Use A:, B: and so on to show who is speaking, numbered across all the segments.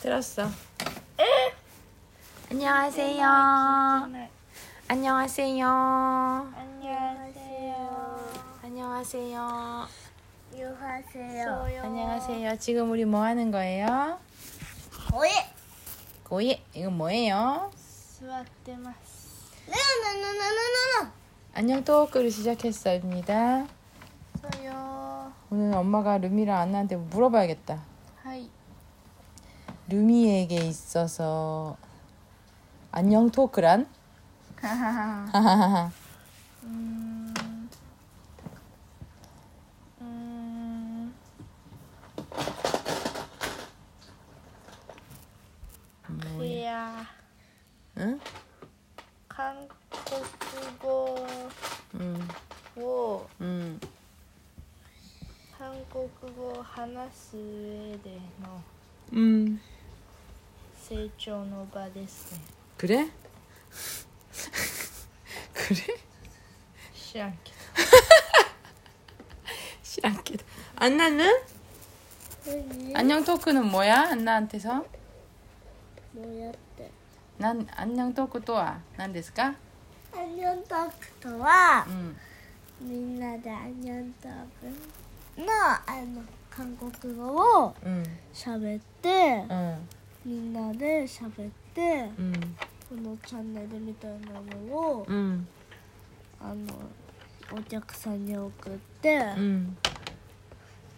A: 들었어.
B: 안녕하세요.
C: 네.
B: 안녕하세요.
C: 안녕하세요.
B: 안녕하세요.
C: 유하세요.
B: 안녕하세요. 지금 우리 뭐 하는 거예요?
C: 오예.
B: 고예. 이건 뭐예요?
C: 座ってます。ねえねえねえね
B: 안녕 토크를 시작했습니다.
C: えねえねえ。そうよ。
B: 오늘 엄마가 루미랑 안나한테 물어봐야겠다.
C: はい。
B: 루미에게 있어서 안녕 토크란?
C: うーん。うーん。 그야.
B: 응?
C: 한국어.
B: 음,
C: 오.
B: 음.
C: 韓国語を話す上での
B: 음.
C: 成長の場ですね。
B: 그래? 그래?
C: 知らんけ
B: 싫안겠다 안나는?
C: ど。
B: 안녕 토크는 뭐야? 안나한테서?
C: どうやって。
B: 난 안녕 토크 또아. 난 데스까?
C: アニョントークとは
B: 음.
C: みんなでアニョントークのあの韓国語を
B: 음.
C: 喋って、
B: 응.
C: みんなで喋って、
B: 음.
C: このチャンネルみたいなのを、
B: 음.
C: あのお客さんに送って、
B: 음.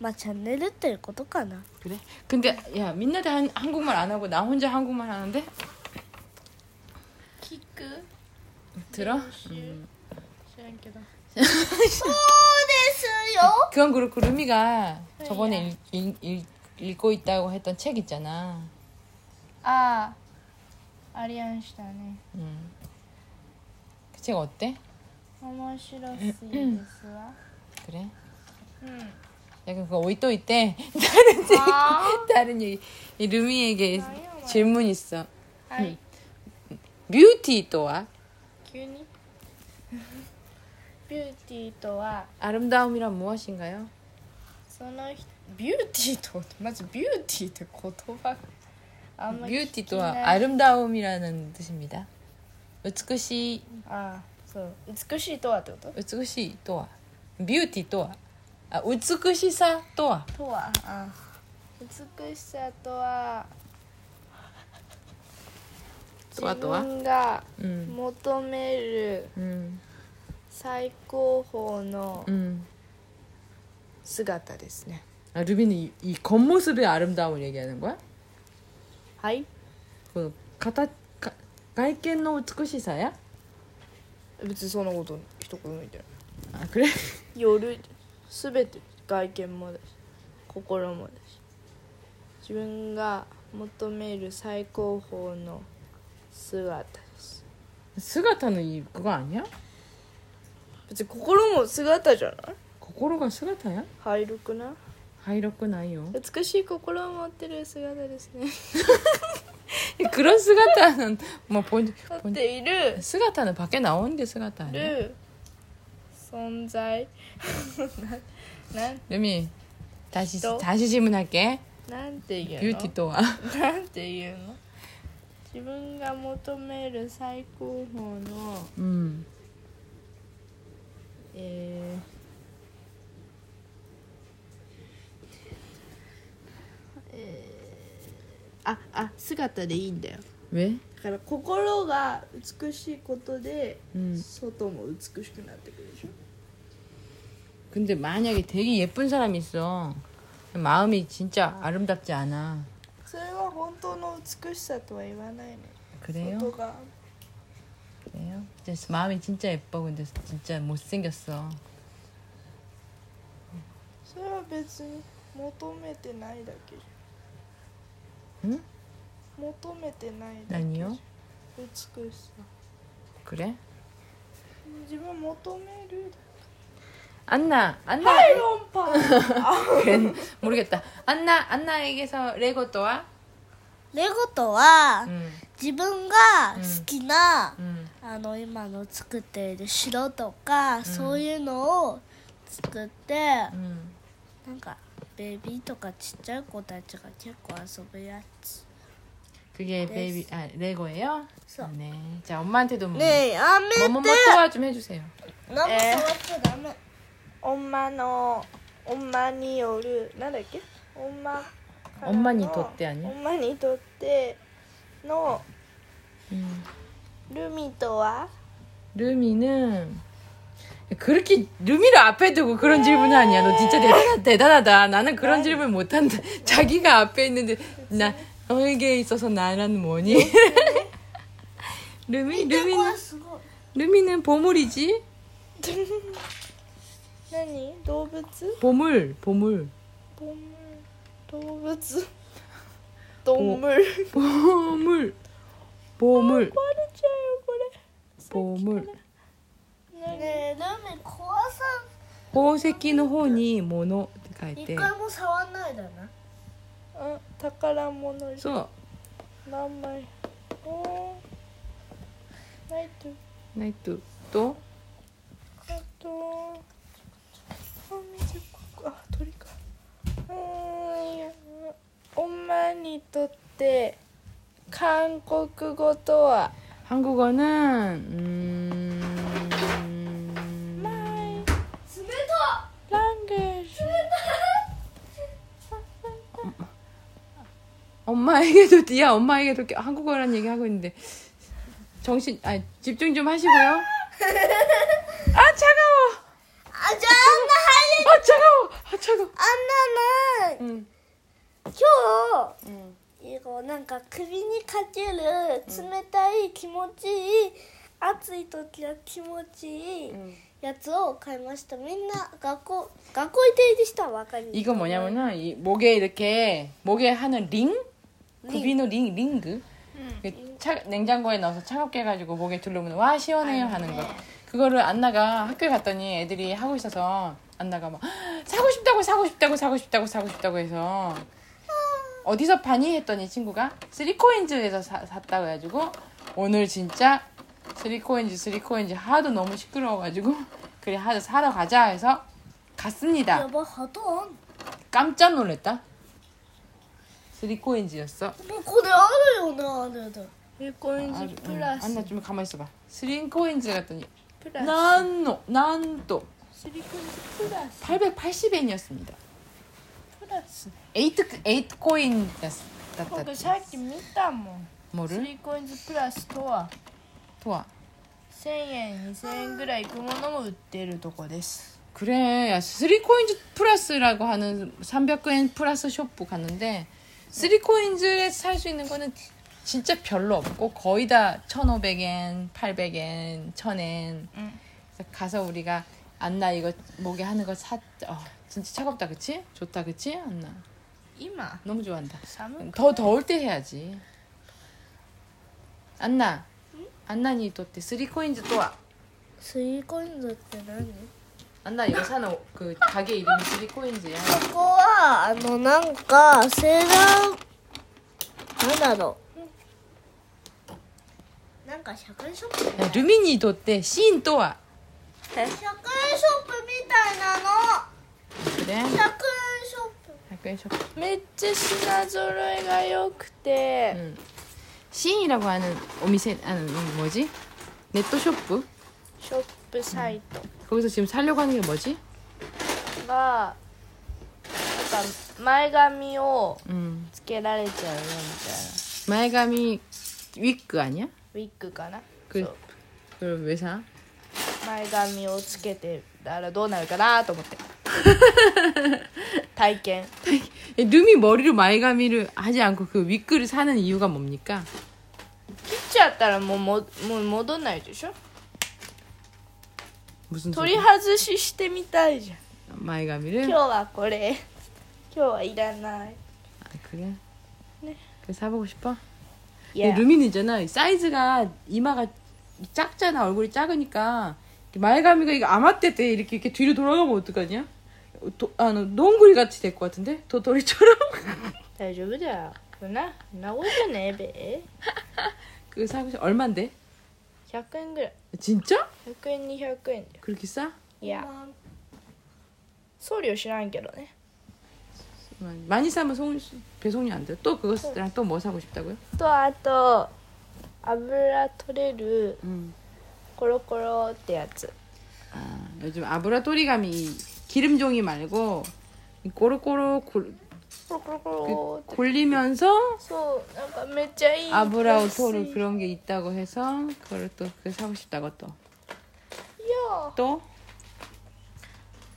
C: まあチャンネルっていうことかな
B: 그래? 근데 야, 민나들 한, 한국말 안 하고 나 혼자 한국말 하는데?
C: 聞く
B: 들어?
C: 知らんけど そうですよ
B: 그건 그렇고 루미가 저번에 읽, 읽, 읽, 읽고 있다고 했던 책 있잖아.
C: ああありやんしたね
B: 음. 그 책 어때?
C: 面白すぎですわ
B: 그래?
C: うん
B: 야 그럼 그거 오이 또 있대.
C: あー
B: 다른 얘기. 이 루미에게
C: 아니요,
B: 질문 있어.
C: はい、
B: 뷰티 또한
C: 急に ビューティーとは
B: 아름다움이란 무엇인가요?
C: その人ビューティーとまずビューティーって言葉あんまり聞き
B: 뷰티
C: な
B: 또한
C: い
B: 아름다움이라는 뜻입니다. 美しい,
C: ああそう美しいとはってこと
B: 美しい 또한 뷰티 또한 아, 美しさ 또한
C: とはああ美しさとは
B: とはとは
C: 自分が
B: 음,
C: 求める
B: 음,
C: 最高峰の
B: 음.
C: 姿ですね
B: 아, 루비는 이, 이 겉모습의 아름다움을 얘기하는 거야?
C: はい
B: 그 가타 가, 外見の美しさや?
C: 別にそんなこと一言も言ってない
B: 아, 그래?
C: 夜全て外見もだし心もだし自分が求める最高峰の姿です
B: 스가타는 이 그거 아니야?
C: 別に心も姿じゃない
B: 고고로가 스가타야?
C: 灰色くない
B: 하이로크 나이요.
C: 美しい心を持ってる姿ですね
B: 그런 스가타는 뭐본
C: 持っている
B: 스가타는 밖에 나오는 게 스가타 아니야?
C: る存在 な
B: 루미 다시
C: 또?
B: 다시 질문할게.
C: ななんて言うの
B: 뷰티 예, 또한
C: なんて言うの自分が求める最高峰の
B: 음.
C: えーえーああ姿でいいんだよ
B: 왜?
C: だから心が美しいことで、
B: 음.
C: 外も美しくなってくるでしょ
B: 근데 만약에 되게 예쁜 사람이 있어. 마음이 진짜 아름답지 않아.
C: それは本当の美しさとは言わないね
B: 그래요?
C: 外が
B: 그래요? 그래서 마음이 진짜 예뻐. 근데 진짜 못생겼어.
C: それは別に求めてないだけじゃ
B: ん
C: 求めてないだけじゃん
B: 난요?
C: 美しさ
B: 그래?
C: 自分求める
B: 안나, 안나.
C: アイロンパン
B: 모르겠다. 안나, 안나에게서 레고 또와?
D: レゴとは
B: 음,
D: 自分が好きな、
B: 음.
D: あの今の作っている城とか、そういうのを作って、
B: 음.
D: なんかベビーとかちっちゃい子たちが結構遊ぶやつ
B: 그게 베이비 아 레고예요?
D: 써.
B: 네. 자 엄마한테도 뭐
D: 네, 아메
B: 뭐뭐 소화 좀 해주세요.
D: 너무
C: 에.
D: 좋았어, 나는.
C: 엄마の엄마によるなんだっけ엄마からの
B: 엄마にとって아니야
C: 엄마にとっての
B: 음.
C: ルミとは
B: 루미는 그렇게 루미를 앞에 두고 그런 질문 아니야. 너 진짜 대단하, 대단하다. 나는 그런 질문 못한다. 자기가 앞에 있는데 나 너에게 있어서 나란 뭐니? 루미 루미는
D: 와, 수고.
B: 루미는 보물이지.
C: 何動物
B: 보물 보물
C: ボム動物どんぶる
B: 보물 보물
C: 壊れちゃうよこれ
B: 보물
D: 네, 루미 코어서
B: 宝石の方に物って書い
D: 一
B: て
D: 回も触らないだな。
C: うん宝物じゃ
B: そ
C: 何枚おーないと
B: うナイトと
C: あとあ水ここあ鳥かうーんおまにとって韓国語とは
B: 한국어는 음...
D: 冷た
C: ランゲージ
B: 엄마에게도 야 엄마에게도 이렇게 한국어란 얘기 하고 있는데 정신 아 집중 좀 하시고요. 아 차가워.
D: 아, 저 안나 할래.
B: 아 차가워. 아 차가워.
D: 안나는
B: 응.
D: 今日、こうなんか首にかける冷たい気持ちいい、暑い時は気持ちいいやつを買いましたみんな学校学校に提示したらわかります
B: 이거 뭐냐면은 이 목에 이렇게 목에 하는 링 구비노 링 링그 그 차, 냉장고에 넣어서 차갑게 해가지고 목에 둘러면 와 시원해요 하는 거 그거를 안나가 학교에 갔더니 애들이 하고 있어서 안나가 막 사고 싶다고 사고 싶다고 사고 싶다고 사고 싶다고 해서 어디서 파니 했더니 친구가 쓰리코인즈에서 사- 샀다고 해가지고 오늘 진짜 쓰리코인즈 쓰리코인즈 하도 너무 시끄러워가지고 그래 하도 사러 가자 해서
D: や
B: 갔습니다
D: ばハトン
B: 깜짝 놀랐다 쓰리코인즈였어
D: もうこれあるよねあれだ
C: リコインジ
B: 아주-
C: プラ
B: 응.
C: ス
B: 안나 좀 가만히 있어봐. 스링코인즈 갔더니
C: プラス
B: 난노 난또
C: シリコンプラス
B: 880엔이었습니다.
C: プラス
B: 에이트 에이트 코인 났다.
C: 僕さっき見たもんス
B: 뭐를?
C: リコインズプラスとは
B: 도와.
C: 1000円2000円ぐらいいくものも売ってるとこです
B: 그래. 야, 스리코인즈 플러스라고 하는 300엔 플러스 숍부 갔는데 스리코인즈에 살 수 있는 거는 진짜 별로 없고 거의 다 1,500엔, 800엔, 1,000엔.
C: 응.
B: 그래서 가서 우리가 안나 이거 목에 하는 거 샀. 어, 진짜 차갑다, 그치? 좋다, 그치? 안나.
C: 今
B: 너무 좋아한다.
C: 寒く
B: 더 더울 때 해야지. 안나. 안나니 또때 쓰리코인즈 또 와.
D: スリーコインズって何
B: 안나 이거 사는 그 가게 이름이 쓰리코인즈야.
D: ここはあのなんかセーラーなんだろうなんか社会ショップ
B: 야, 루미니 또때 시인 또 와.
D: 社会ショップみたいなの
B: 그래.
D: 社会ショップ
B: 학교에 셔.
C: めっちゃ品揃えが良くて、
B: 응. 시인이라고 하는 오미세 아 음, 뭐지? 네트 쇼프.
C: ショップサイト
B: 거기서 지금 살려고 하는 게 뭐지?
C: がなんか前髪を
B: 음.
C: つけられちゃうよみたいな
B: 마이가미 위크 아니야?
C: ウィッグかな
B: 그
C: そう
B: 그걸 왜 사?
C: 前髪をつけてたらどうなるかなと思って体験
B: 야, 루미 머리로 마이가미를 하지 않고 그 위크를 사는 이유가 뭡니까?
C: 切っちゃったらもうももう戻んないでしょ
B: 무슨
C: 取
B: 소리?
C: り外ししてみたいじゃん
B: 마이가미를
C: 今日はこれ今日はいらない
B: 아, 그래.
C: 네. 예.
B: 그 사보고 싶어?
C: いや
B: 루미는 있잖아. 이 사이즈가 이마가 작잖아. 얼굴이 작으니까 이렇게 마이가미가 이거 아마떼 때 이렇게 이렇게 뒤로 돌아가면 어떡하냐? 도, 아, 너, 농구리 같이 될 것 같은데 도토리처럼
C: 大丈夫だよそんなそんなことじゃねえ
B: 그 사고 싶어 얼만데?
C: べ100円ぐらい
B: 진짜?
C: 100円200円だよ
B: 그렇게 싸?
C: いや送料知らんけどね
B: 많이 사면 송, 배송이 안 돼요. 또 그것이랑 또 뭐 사고 싶다고요?
C: とあと油取れる
B: 음.
C: コロコロってやつ
B: 아, 요즘 아브라 또리감이 이 기름종이 말고 이 꼬르꼬르 굴,
C: コロコロコ
B: 그
C: ロって
B: 굴리면서
C: そうなんかめっちゃいい
B: 아브라
C: 香水
B: 오토르 그런 게 있다고 해서 그걸 또 그거 사고 싶다고 또.
C: いや
B: 또?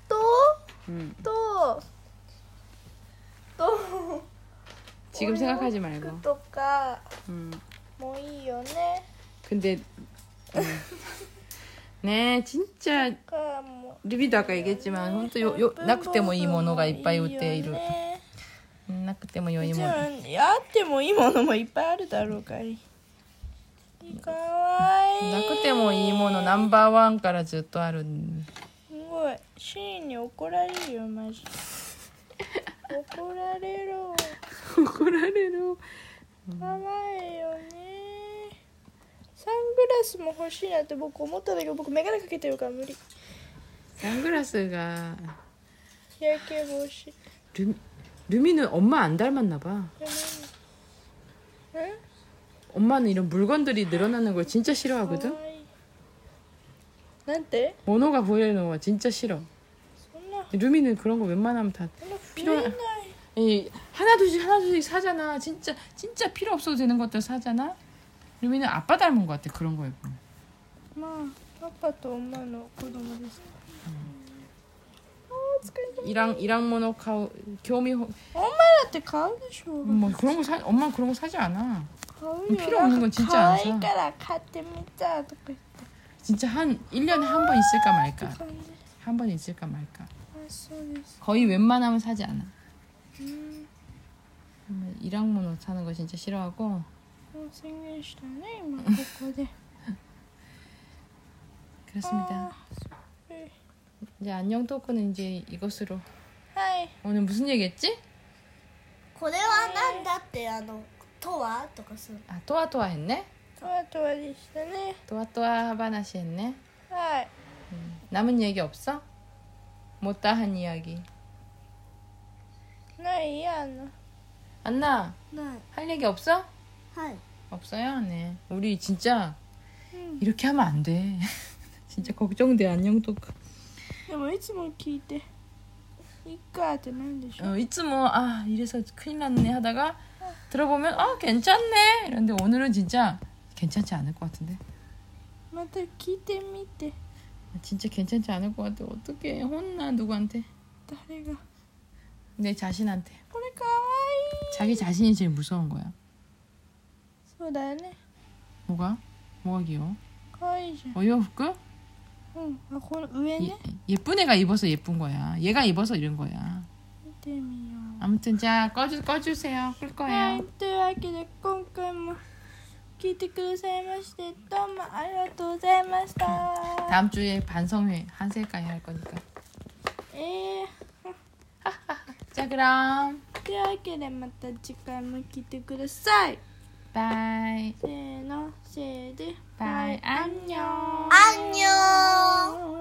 C: と
B: 음.
C: とと
B: 지금 생각하지 말고.
C: とか
B: 음.
C: もいいよね
B: 근데 음. 네 진짜
C: からも
B: 루비도 아까 얘기했지만 혼자 요, 요 나크 때문에 뭐 이 모노가 이빠이 우때 이루 나크 때문에 뭐 요이
C: もちろ
B: 모노
C: んあってもいいものもいっぱいあるだろうからいかわいい
B: 나크 때문에 이 모노 넘버원からずっとある
C: すごいシーンに怒られるよマジ怒られる
B: 怒られる
C: かわいいよねサングラスも欲しいなって僕思ったんだけど僕眼鏡かけてるから無理
B: 선글라스가
C: 日焼け防止
B: 루, 루미는 엄마 안 닮았나 봐
C: うん
B: 엄마는 이런 물건들이 늘어나는 걸 진짜
C: か
B: 싫어하거든
C: わいいなんて
B: 모노가 보이는 거 진짜 싫어
C: そんな
B: 루미는 그런 거 웬만하면 다
C: そんな
B: 필요
C: 増えない
B: 이 하나둘씩 하나둘씩 사잖아. 진짜 진짜 필요 없어도 되는 것들 사잖아. 루미는 아빠 닮은 것 같아 그런 거에 보면.
C: まあパパとママの子供ですああ疲れた
B: 이랑 이랑 모노 카우 교미 호-
C: ママだって買うでしょ
B: 뭐 그런 거 사. 엄마 는 그런 거 사지 않아.
C: 買うよ
B: ピローのちっちゃいやつ
C: なんか可愛いから買ってみたとか言って
B: 진짜 한 1년에 한 번 있을까 말까.
C: 感じ
B: 한 번 있을까 말까.
C: あそうです
B: 거의 웬만하면 사지 않아.
C: うん
B: 이랑 모노 사는 거 진짜 싫어하고
C: もう宣言したね今ここで
B: 그렇습니다.
C: 네.
B: 이제 안녕 토크는 이제 이것으로
C: はい
B: 오늘 무슨 얘기했지?
D: これはなんだってあの「とは?」とかする
B: 아 또아또아 했네.
C: とわとわでしたね
B: 또아또아 하바나시 했네.
C: はい
B: 남은 얘기 없어? 못다한 이야기.
C: ないやあの
B: 안나,
D: ない
B: 할 얘기 없어?
D: はい
B: 없어요, 네. 우리 진짜 이렇게 하면 안 돼. 진짜 걱정돼, 안녕 토크.
C: でもいつも聞いていっかってなんでしょ
B: 어, 이쯤은 아, 이래서 큰일 났네 하다가 들어보면 아, 괜찮네. 이런데 오늘은 진짜 괜찮지 않을 것 같은데.
C: また聞いてみて
B: 진짜 괜찮지 않을 것 같아. 어떻게 혼나 누구한테?
C: 誰が
B: 내 자신한테.
C: これかわいい
B: 자기 자신이 제일 무서운 거야.
C: そうだよね
B: 뭐가? 뭐가 귀여워?
C: かわいいじゃ
B: 어여울까?
C: んうんあこの上ね
B: 예, 쁜 애가 입어서 예쁜 거야. 얘가 입어서 이런 거야.
C: 見てみよう
B: 아무튼 자 꺼주 꺼주세요. 끌
C: は
B: 거예요.
C: い、というわけで今回も聞いてくださいましてどうもありがとうございました。
B: 다음 주에 반성회 한세까지 할 거니까.
C: え
B: 자 그럼
C: ー、というわけでまた次回も聞いてください。
B: 바이
C: せーの、せーで、
B: 바이 안녕.
D: あんにょー
C: バイ